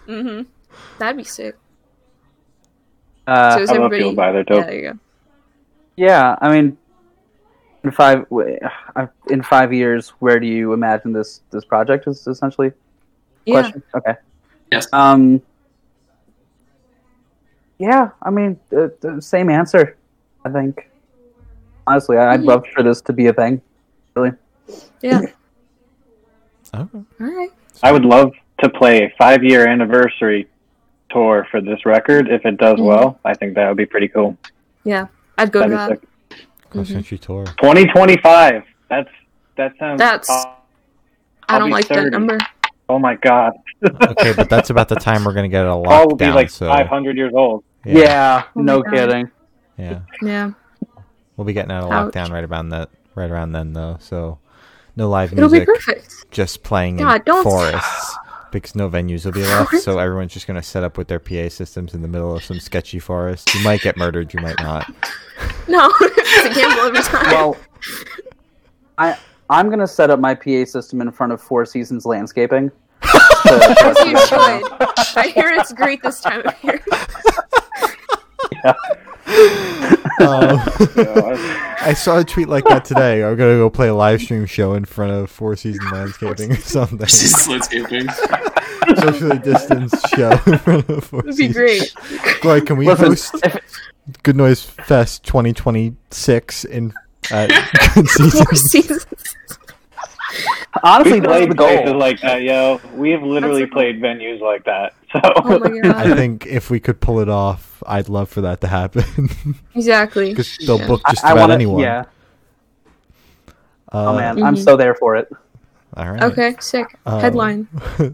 Speaker 5: hmm That'd be sick.
Speaker 3: Uh,
Speaker 5: so is
Speaker 4: Uh, I love
Speaker 5: everybody?
Speaker 4: people by. They're
Speaker 5: yeah,
Speaker 4: dope.
Speaker 5: there you go.
Speaker 3: yeah, I mean, in five w- uh, in five years, where do you imagine this this project is essentially? the
Speaker 5: Yeah.
Speaker 3: Question. Okay.
Speaker 2: Yes.
Speaker 3: Um. Yeah, I mean, uh, the same answer. I think. Honestly, I- I'd
Speaker 5: Mhm.
Speaker 3: love for this to be a thing.
Speaker 5: Yeah.
Speaker 1: Okay.
Speaker 4: Mm-hmm.
Speaker 5: All right.
Speaker 4: I would love to play a five-year anniversary tour for this record if it does
Speaker 5: Mhm.
Speaker 4: well. I think that would be pretty cool.
Speaker 5: Yeah. I'd go to
Speaker 4: That'd be
Speaker 5: that.
Speaker 4: sick.
Speaker 1: Cross
Speaker 5: Mhm.
Speaker 1: country tour.
Speaker 4: 2025. That's that sounds.
Speaker 5: That's-
Speaker 4: aw-
Speaker 5: I don't
Speaker 4: I'll be
Speaker 5: like
Speaker 4: 30.
Speaker 5: that number.
Speaker 4: Oh my god.
Speaker 1: Okay, but that's about the time we're going to get a
Speaker 4: Paul will be
Speaker 1: lockdown.
Speaker 4: like
Speaker 1: so
Speaker 4: 500 years old.
Speaker 3: Yeah,
Speaker 5: Oh my
Speaker 3: no
Speaker 5: God.
Speaker 3: kidding.
Speaker 1: yeah,
Speaker 5: Yeah.
Speaker 1: we'll be getting out of
Speaker 5: Ouch.
Speaker 1: lockdown right around that, right around then though. So no live
Speaker 5: It'll be
Speaker 1: music,
Speaker 5: perfect.
Speaker 1: just playing in
Speaker 5: God, don't-
Speaker 1: forests because no venues will be left.
Speaker 5: Forest?
Speaker 1: So everyone's just going to set up with their PA systems in the middle of some sketchy forest. You might get murdered, you might not.
Speaker 5: No, it's a gamble every time.
Speaker 3: Well, I I'm gonna set up my PA system in front of Four Seasons Landscaping.
Speaker 5: As you should. I hear it's great this time of year.
Speaker 1: Um,
Speaker 4: So, uh,
Speaker 1: I saw a tweet like that today. I'm gonna go play a live stream show in front of Four Season Landscaping or something.
Speaker 2: Just landscaping.
Speaker 1: Socially distanced show in front of Four
Speaker 5: It'd be
Speaker 1: Seasons.
Speaker 5: great.
Speaker 1: Like, can we
Speaker 3: Listen,
Speaker 1: host?
Speaker 3: if,
Speaker 1: Good Noise Fest 2026 in uh, good season.
Speaker 5: Four seasons.
Speaker 3: Honestly,
Speaker 4: We've
Speaker 3: that's the
Speaker 4: played places
Speaker 3: goal.
Speaker 4: like that, yo. We've literally
Speaker 5: That's the
Speaker 4: played venues like that. So
Speaker 5: Oh my
Speaker 1: I
Speaker 5: god.
Speaker 1: think if we could pull it off, I'd love for that to happen
Speaker 5: Exactly.
Speaker 1: because they'll book
Speaker 3: I-
Speaker 1: just
Speaker 3: I,
Speaker 1: about
Speaker 3: wanna,
Speaker 1: anyone.
Speaker 3: Yeah.
Speaker 1: Uh,
Speaker 3: Oh man, I'm
Speaker 5: Mhm.
Speaker 3: so there for it.
Speaker 1: All right.
Speaker 5: Okay, sick.
Speaker 1: Um,
Speaker 5: Headline.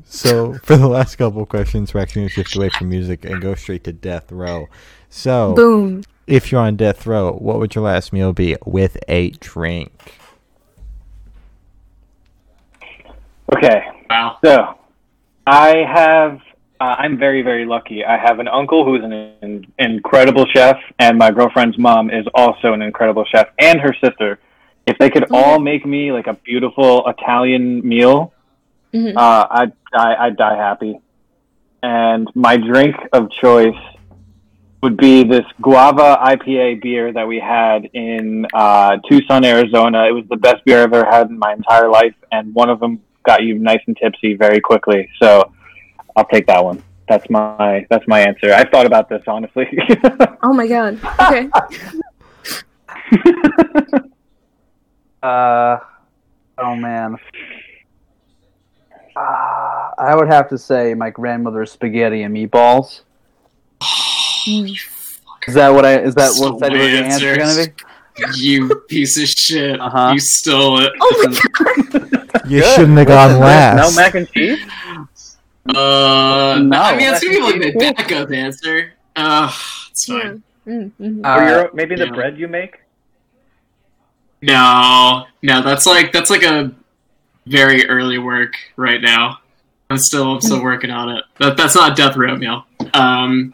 Speaker 1: so for the last couple of questions, we're actually going to shift away from music and go straight to death row. So
Speaker 5: Boom.
Speaker 1: if you're on death row, what would your last meal be with a drink?
Speaker 4: okay,
Speaker 2: Wow.
Speaker 4: so I have. Uh, I'm very very lucky. I have an uncle who's an, an incredible chef, and my girlfriend's mom is also an incredible chef, and her sister. If they could all make me like a beautiful Italian meal,
Speaker 5: Mhm.
Speaker 4: uh, I'd die. I'd die happy. And my drink of choice would be this guava IPA beer that we had in uh, Tucson, Arizona. It was the best beer I've ever had in my entire life, and one of them got you nice and tipsy very quickly. So I'll take that one. That's my that's my answer. I've thought about this honestly.
Speaker 5: Oh my god. Okay.
Speaker 3: Uh, oh man. Uh, I would have to say my grandmother's spaghetti and meatballs.
Speaker 5: Oh
Speaker 3: Is that what I? Is that what that was the answer going to be?
Speaker 2: You piece of shit.
Speaker 3: Uh-huh.
Speaker 2: You stole it.
Speaker 5: Oh my god.
Speaker 1: You
Speaker 4: Good.
Speaker 1: shouldn't have gone last.
Speaker 4: No mac and cheese.
Speaker 2: Uh,
Speaker 3: No.
Speaker 2: I mean, it's gonna be like the backup answer. Uh, it's fine.
Speaker 5: Mm, mhm.
Speaker 4: or
Speaker 3: Uh,
Speaker 4: your, maybe the
Speaker 2: yeah.
Speaker 4: bread you make.
Speaker 2: No, no, that's like that's like a very early work right now. I'm still I'm still working on it. That, that's not death row meal. Um,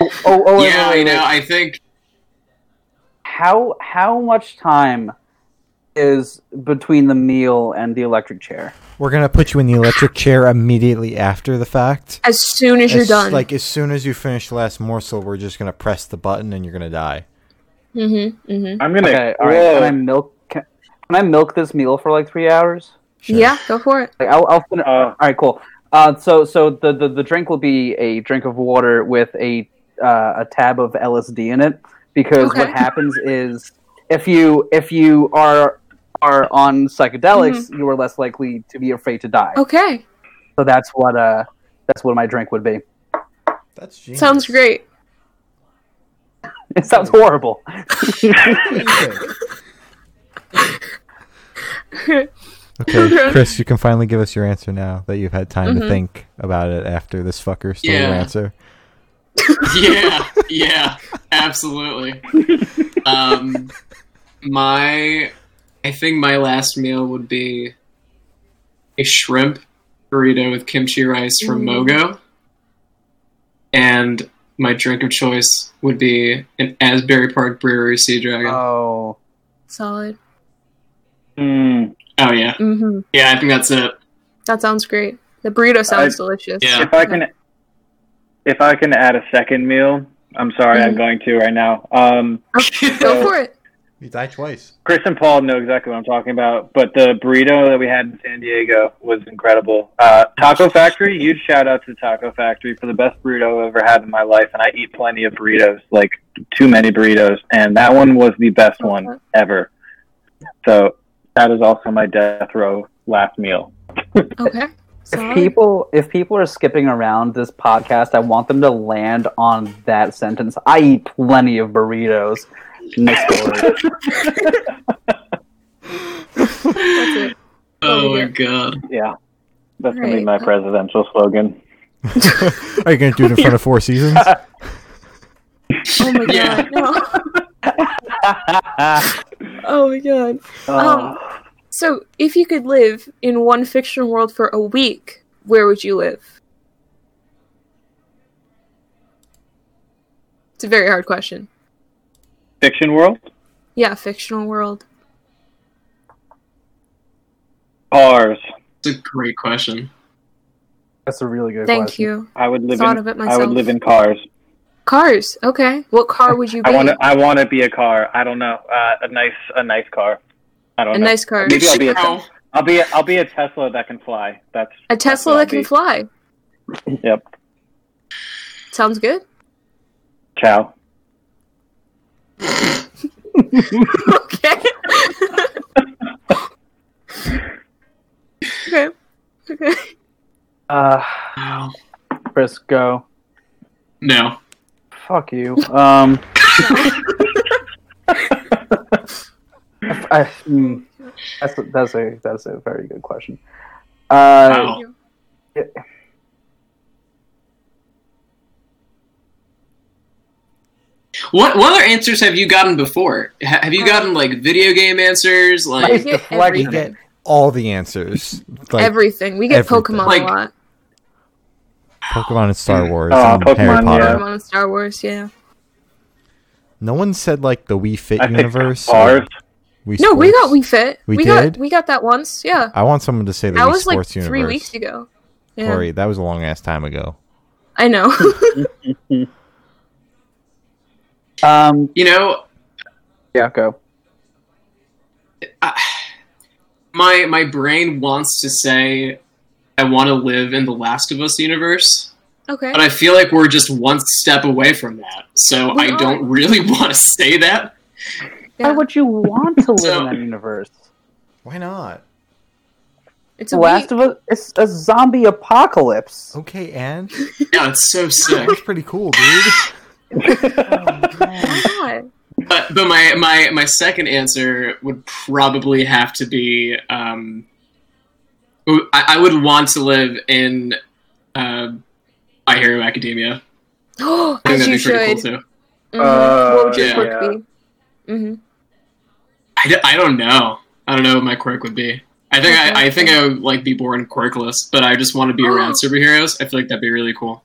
Speaker 3: oh, oh, wait,
Speaker 2: yeah,
Speaker 3: wait,
Speaker 2: you
Speaker 3: wait,
Speaker 2: know,
Speaker 3: wait.
Speaker 2: I think
Speaker 3: How how much time is between the meal and the electric chair?
Speaker 1: We're gonna put you in the electric chair immediately after the fact.
Speaker 5: As soon as you're
Speaker 1: As-
Speaker 5: done.
Speaker 1: Like as soon as you finish the last morsel, we're just gonna press the button and you're gonna die.
Speaker 5: mm-hmm. Mm-hmm.
Speaker 4: I'm gonna.
Speaker 3: Okay, all right. Can I milk? Can, can I milk this meal for like three hours?
Speaker 1: Sure.
Speaker 5: Yeah, go for it.
Speaker 3: Like, I'll, I'll fin-
Speaker 4: Uh,
Speaker 3: All right, cool. Uh, so so the, the the drink will be a drink of water with a uh, a tab of LSD in it because what
Speaker 5: Okay.
Speaker 3: happens is if you if you are are on psychedelics, you are less likely to be afraid to die.
Speaker 5: Okay.
Speaker 3: So that's what uh that's what my drink would be.
Speaker 1: That's genius.
Speaker 5: Sounds great.
Speaker 3: It sounds horrible.
Speaker 1: okay, Chris, you can finally give us your answer now that you've had time to
Speaker 5: Mhm.
Speaker 1: think about it after this fucker stole your
Speaker 2: Yeah.
Speaker 1: answer.
Speaker 2: yeah, yeah, absolutely. Um, my, I think my last meal would be a shrimp burrito with kimchi rice from
Speaker 5: Mm.
Speaker 2: Mogo, and my drink of choice would be an Asbury Park Brewery Sea Dragon.
Speaker 4: Uh,
Speaker 3: oh,
Speaker 5: Solid.
Speaker 4: mm,
Speaker 2: oh yeah,
Speaker 5: Mm-hmm.
Speaker 2: yeah, I think that's it.
Speaker 5: That sounds great. The burrito sounds delicious.
Speaker 2: Yeah.
Speaker 4: if I can, if I can add a second meal, I'm sorry, I'm
Speaker 5: Mhm.
Speaker 4: going to right now. Um,
Speaker 5: Go for it.
Speaker 1: You died twice.
Speaker 4: Chris and Paul know exactly what I'm talking about, but the burrito that we had in San Diego was incredible. Uh, Taco Factory, huge shout out to Taco Factory for the best burrito I've ever had in my life, and I eat plenty of burritos, like too many burritos, and that one was the best one ever. So that is also my death row last meal.
Speaker 5: Okay.
Speaker 3: if
Speaker 5: Solid.
Speaker 3: people if people are skipping around this podcast, I want them to land on that sentence. I eat plenty of burritos. Next word.
Speaker 5: That's it.
Speaker 2: Oh my god.
Speaker 4: Yeah, that's gonna be
Speaker 5: Right.
Speaker 4: my presidential slogan.
Speaker 1: Are you gonna do it in front of four seasons?
Speaker 5: Oh my god.
Speaker 2: Yeah.
Speaker 5: No. Oh my god. Um,
Speaker 3: Oh,
Speaker 5: so, if you could live in one fictional world for a week, where would you live? It's a very hard question.
Speaker 4: Fiction world.
Speaker 5: Yeah, fictional world.
Speaker 4: Cars.
Speaker 2: It's a great question.
Speaker 3: That's a really good
Speaker 5: Thank
Speaker 3: question.
Speaker 5: you.
Speaker 4: I would live
Speaker 5: Thought
Speaker 4: in.
Speaker 5: of it
Speaker 4: I
Speaker 5: myself.
Speaker 4: would live in cars.
Speaker 5: Cars. Okay. What car would you be?
Speaker 4: I want to. I want to be a car. I don't know. Uh, a nice. A nice car. I don't
Speaker 5: a
Speaker 4: know.
Speaker 5: nice car.
Speaker 4: Maybe I'll be a.
Speaker 2: Oh,
Speaker 4: I'll be. A, I'll be a Tesla that can fly. That's
Speaker 5: A
Speaker 4: that's
Speaker 5: Tesla
Speaker 4: what I'll
Speaker 5: that can
Speaker 4: be.
Speaker 5: fly.
Speaker 4: Yep.
Speaker 5: Sounds good.
Speaker 4: Ciao.
Speaker 5: okay. okay. Okay.
Speaker 3: Uh,
Speaker 2: Wow.
Speaker 3: Chris, go.
Speaker 2: No.
Speaker 3: Fuck you. Um, I, mm, that's a, that's a that's a very good question. Uh,
Speaker 1: Oh.
Speaker 2: Wow. What what other answers have you gotten before? Ha- have you
Speaker 5: Uh,
Speaker 2: gotten like video game answers?
Speaker 3: nice
Speaker 2: Like
Speaker 5: get
Speaker 1: We
Speaker 5: everything.
Speaker 3: deflection.
Speaker 1: get all the answers. Like
Speaker 5: everything. We get
Speaker 1: everything.
Speaker 5: Pokemon
Speaker 2: Like-
Speaker 5: a lot.
Speaker 1: Pokemon and Star Wars
Speaker 4: Oh,
Speaker 1: and Harry
Speaker 4: Pokemon,
Speaker 1: Potter.
Speaker 4: yeah.
Speaker 5: Pokemon and Star Wars, yeah.
Speaker 1: No one said like the We Fit
Speaker 4: I picked
Speaker 1: universe. or
Speaker 4: ours.
Speaker 1: Wii
Speaker 5: No, we got
Speaker 1: Sports.
Speaker 5: We Fit.
Speaker 1: We did?
Speaker 5: got we got that once, yeah.
Speaker 1: I want someone to say the
Speaker 5: That
Speaker 1: Wii
Speaker 5: was like
Speaker 1: Sports
Speaker 5: three
Speaker 1: universe.
Speaker 5: weeks ago. Yeah.
Speaker 1: Sorry, that was a long ass time ago.
Speaker 5: I know.
Speaker 3: Um,
Speaker 2: you know,
Speaker 3: yeah, go.
Speaker 2: I, my my brain wants to say I want to live in the Last of Us universe,
Speaker 5: okay.
Speaker 2: but I feel like we're just one step away from that. So
Speaker 5: We
Speaker 2: I
Speaker 5: are.
Speaker 2: don't really want to say that.
Speaker 5: Yeah.
Speaker 3: Why would you want to live
Speaker 2: So-
Speaker 3: in that universe?
Speaker 1: Why not?
Speaker 5: It's a
Speaker 3: Last
Speaker 5: week.
Speaker 3: of Us, it's a zombie apocalypse.
Speaker 1: Okay, and
Speaker 2: Yeah, it's so sick.
Speaker 1: that's pretty cool, dude.
Speaker 5: Oh Why not?
Speaker 2: But but my my my second answer would probably have to be um, I, I would want to live in uh, My Hero Academia.
Speaker 5: Oh,
Speaker 2: I think that'd
Speaker 5: as you
Speaker 2: be pretty
Speaker 5: should.
Speaker 2: cool too.
Speaker 5: Mhm. what would your
Speaker 2: yeah.
Speaker 5: quirk be? Mm-hmm.
Speaker 2: I, d- I don't know. I don't know what my quirk would be. I think I, I think I would like be born quirkless, but I just want to be
Speaker 5: Oh.
Speaker 2: around superheroes. I feel like that'd be really cool.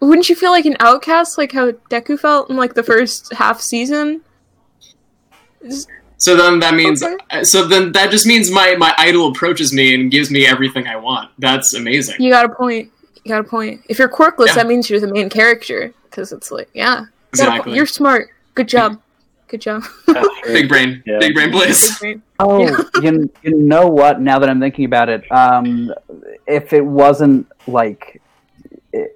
Speaker 5: Wouldn't you feel like an outcast, like how Deku felt in like the first half season?
Speaker 2: So then that means
Speaker 5: Okay.
Speaker 2: uh, so then that just means my my idol approaches me and gives me everything I want. That's amazing.
Speaker 5: You got a point. You got a point. If you're quirkless,
Speaker 2: Yeah.
Speaker 5: that means you're the main character because it's like, yeah, You got a point.
Speaker 2: exactly.
Speaker 5: You're smart. Good job. Good job.
Speaker 2: Big brain.
Speaker 4: Yeah.
Speaker 2: Big brain
Speaker 5: Good
Speaker 2: please.
Speaker 5: brain.
Speaker 3: Oh, you, you know what? Now that I'm thinking about it, um, if it wasn't like it,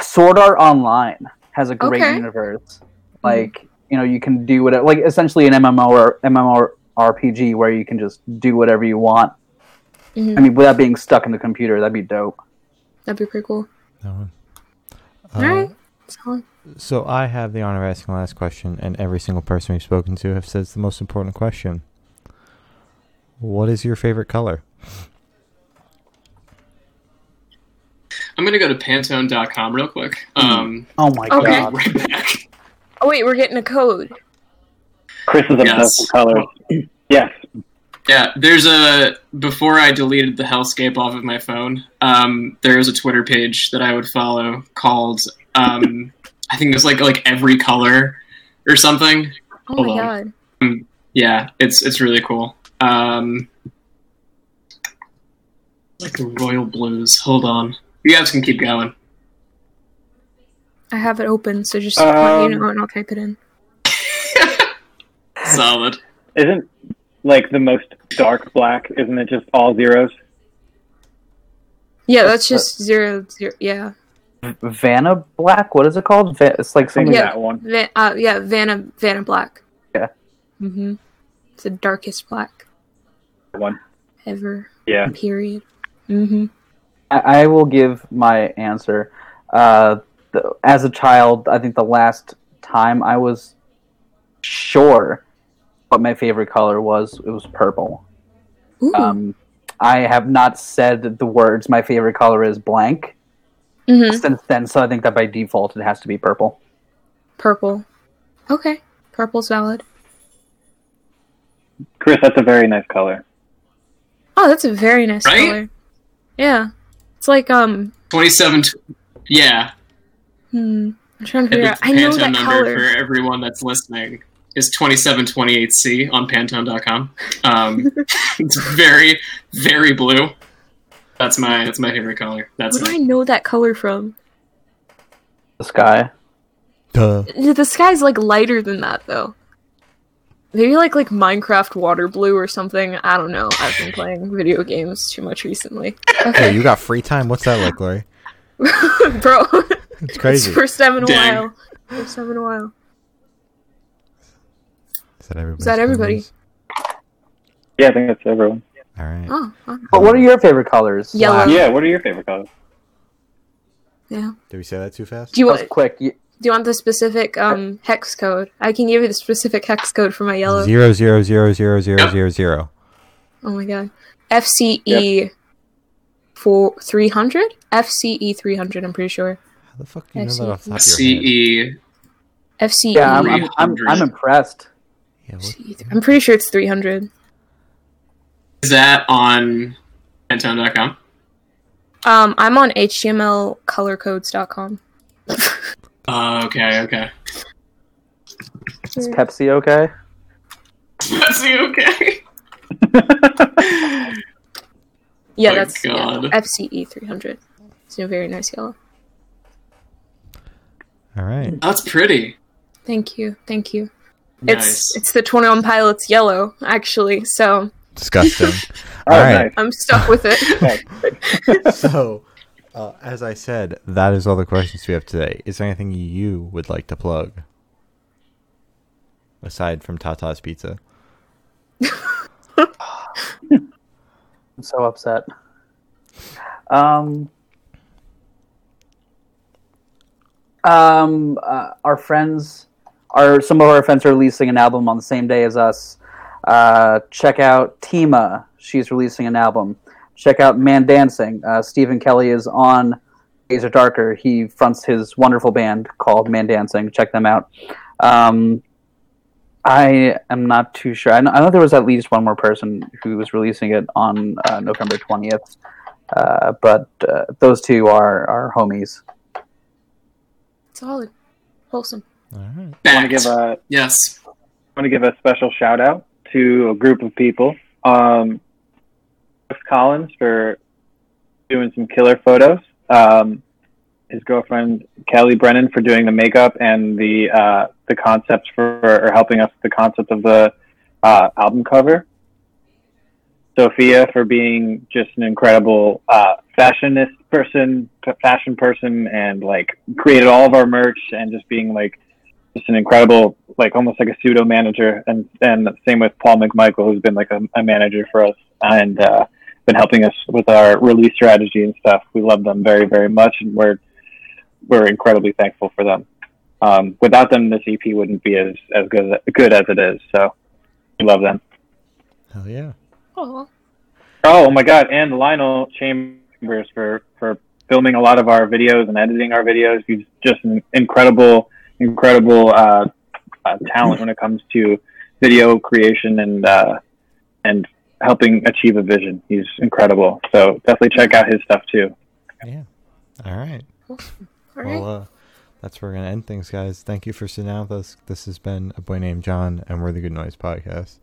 Speaker 3: Sword Art Online has a great
Speaker 5: Okay. Mm-hmm.
Speaker 3: universe, like you know, you can do whatever, like essentially an MMO or MMORPG where you can just do whatever you want.
Speaker 5: Mhm.
Speaker 3: I mean, without being stuck in the computer, that'd be dope.
Speaker 5: That'd be pretty cool.
Speaker 1: That one.
Speaker 5: All right. Solid.
Speaker 1: So I have the honor of asking the last question, and every single person we've spoken to have said it's the most important question. What is your favorite color?
Speaker 2: I'm gonna go to Pantone.com real quick.
Speaker 4: Hmm.
Speaker 2: Um,
Speaker 3: Oh my
Speaker 5: Okay.
Speaker 2: I'll
Speaker 3: god!
Speaker 2: be right back.
Speaker 5: Oh wait, we're getting a code.
Speaker 4: Chris is obsessed
Speaker 2: Yes.
Speaker 4: with colors. Yes.
Speaker 2: Yeah, there's a before I deleted the hellscape off of my phone. Um, there was a Twitter page that I would follow called um, I think it was like like every color or something.
Speaker 5: Oh
Speaker 2: Hold
Speaker 5: my
Speaker 2: on.
Speaker 5: god.
Speaker 2: Yeah, it's it's really cool. Um, like the royal blues. Hold on, you guys can keep going.
Speaker 5: I have it open, so just let me
Speaker 4: Um,
Speaker 5: know and I'll type it in.
Speaker 2: Solid.
Speaker 4: Isn't like the most dark black? Isn't it just all zeros?
Speaker 5: Yeah, that's just zero zero. Yeah,
Speaker 3: Vanna Black, what is it called? Va- it's like
Speaker 4: Think
Speaker 3: something.
Speaker 5: Yeah.
Speaker 4: that one.
Speaker 5: Va- uh, yeah, Vanna Vanna Black.
Speaker 3: Yeah.
Speaker 5: Mhm. It's the darkest black
Speaker 4: That one.
Speaker 5: ever.
Speaker 4: Yeah.
Speaker 5: Period. Mm-hmm.
Speaker 3: I, I will give my answer. Uh, the, as a child, I think the last time I was sure what my favorite color was, it was purple.
Speaker 5: Ooh.
Speaker 3: Um, I have not said the words "my favorite color is blank"
Speaker 5: hmm
Speaker 3: since then, so I think that by default it has to be purple.
Speaker 5: Purple. Okay. Purple's valid.
Speaker 4: Chris, that's a very nice color.
Speaker 5: Oh, that's a very nice
Speaker 2: Right?
Speaker 5: color. Yeah. It's like um.
Speaker 2: Twenty-seven. T- yeah,
Speaker 5: Hmm, I'm trying to
Speaker 2: and
Speaker 5: figure
Speaker 2: the
Speaker 5: out. I know
Speaker 2: Pantone
Speaker 5: that
Speaker 2: number
Speaker 5: color.
Speaker 2: for everyone that's listening is 2728C on Pantone.com. Um, it's very, very blue. That's my that's my favorite color. That's
Speaker 5: Where do I
Speaker 2: it.
Speaker 5: know that color from?
Speaker 3: The sky.
Speaker 1: Duh.
Speaker 5: The sky's like lighter than that though. Maybe like like Minecraft water blue or something. I don't know. I've been playing video games too much recently.
Speaker 1: Hey,
Speaker 5: Okay,
Speaker 1: you got free time? What's that like, Larry?
Speaker 5: bro.
Speaker 1: It's
Speaker 5: it's
Speaker 1: crazy.
Speaker 5: first time in a
Speaker 2: Dang.
Speaker 5: while. First time in a while.
Speaker 1: that everybody?
Speaker 5: Is that everybody?
Speaker 4: Yeah, I think that's everyone.
Speaker 1: All right.
Speaker 5: Oh, wow.
Speaker 3: But
Speaker 1: Hmm.
Speaker 3: what are your favorite colors?
Speaker 5: Yellow.
Speaker 3: Slash-
Speaker 4: Yeah, what are your favorite colors?
Speaker 5: yeah.
Speaker 1: Did we say that too fast?
Speaker 5: Do you
Speaker 3: That was
Speaker 5: want?
Speaker 3: quick. You-
Speaker 5: Do you want the specific um, hex code? I can give you the specific hex code for my yellow.
Speaker 1: Zero zero zero zero zero zero zero.
Speaker 5: Oh my god. E FCE for 300? FCE 300, E I'm pretty sure.
Speaker 1: How the fuck do you know that off the top of
Speaker 2: E
Speaker 1: your head?
Speaker 2: CE.
Speaker 5: FCE.
Speaker 3: Yeah, I'm, I'm, I'm, I'm impressed.
Speaker 1: Yeah, what-
Speaker 5: FCE. E I'm pretty sure it's 300.
Speaker 2: Is that on Pantone.com?
Speaker 5: Um, I'm on htmlcolorcodes.com.
Speaker 2: Uh, okay, okay.
Speaker 3: Is Pepsi okay?
Speaker 2: That's okay.
Speaker 5: Yeah,
Speaker 2: My
Speaker 5: that's yeah,
Speaker 2: God.
Speaker 5: FCE 300. It's a very nice yellow.
Speaker 1: All right.
Speaker 2: That's pretty.
Speaker 5: Thank you. Thank you.
Speaker 2: Nice.
Speaker 5: It's it's the 21 Pilots yellow, actually, so
Speaker 1: Disgusting.
Speaker 4: Oh,
Speaker 1: All right.
Speaker 4: nice.
Speaker 5: I'm stuck with it.
Speaker 1: so, uh, as I said, that is all the questions we have today. Is there anything you would like to plug aside from Tata's Pizza?
Speaker 3: I'm so upset. Um, um, uh, our friends, our some of our friends are releasing an album on the same day as us. Uh, check out Tima; she's releasing an album. Check out Man Dancing. Uh, Stephen Kelly is on Days Are Darker. He fronts his wonderful band called Man Dancing. Check them out. Um, I am not too sure. I know, I know there was at least one more person who was releasing it on uh, November 20th, uh, but uh, those two are our homies.
Speaker 5: Solid. Wholesome.
Speaker 1: All right.
Speaker 4: I want to give uh, a
Speaker 2: yes.
Speaker 4: I want to give a special shout out to a group of people. Um, Jeff Collins for doing some killer photos. Um, his girlfriend Kelly Brennan for doing the makeup and the uh, the concepts for or helping us with the concept of the uh, album cover. Sophia for being just an incredible uh, fashionist person, fashion person, and like created all of our merch and just being like just an incredible, like almost like a pseudo manager, and and same with Paul McMichael, who's been like a, a manager for us and uh, been helping us with our release strategy and stuff. We love them very, very much, and we're we're incredibly thankful for them. Um, without them, this EP wouldn't be as as good good as it is. So we love them.
Speaker 1: Hell yeah.
Speaker 5: Oh,
Speaker 4: Oh, oh my God! And Lionel Chambers for for filming a lot of our videos and editing our videos. He's just an incredible, incredible uh, uh, talent when it comes to video creation and uh, and helping achieve a vision. He's incredible. So definitely check out his stuff too.
Speaker 1: All right.
Speaker 5: all right.
Speaker 1: Well, uh, that's where we're going to end things, guys. Thank you for sitting down with us. This has been A Boy Named John, and we're the Good Noise Podcast.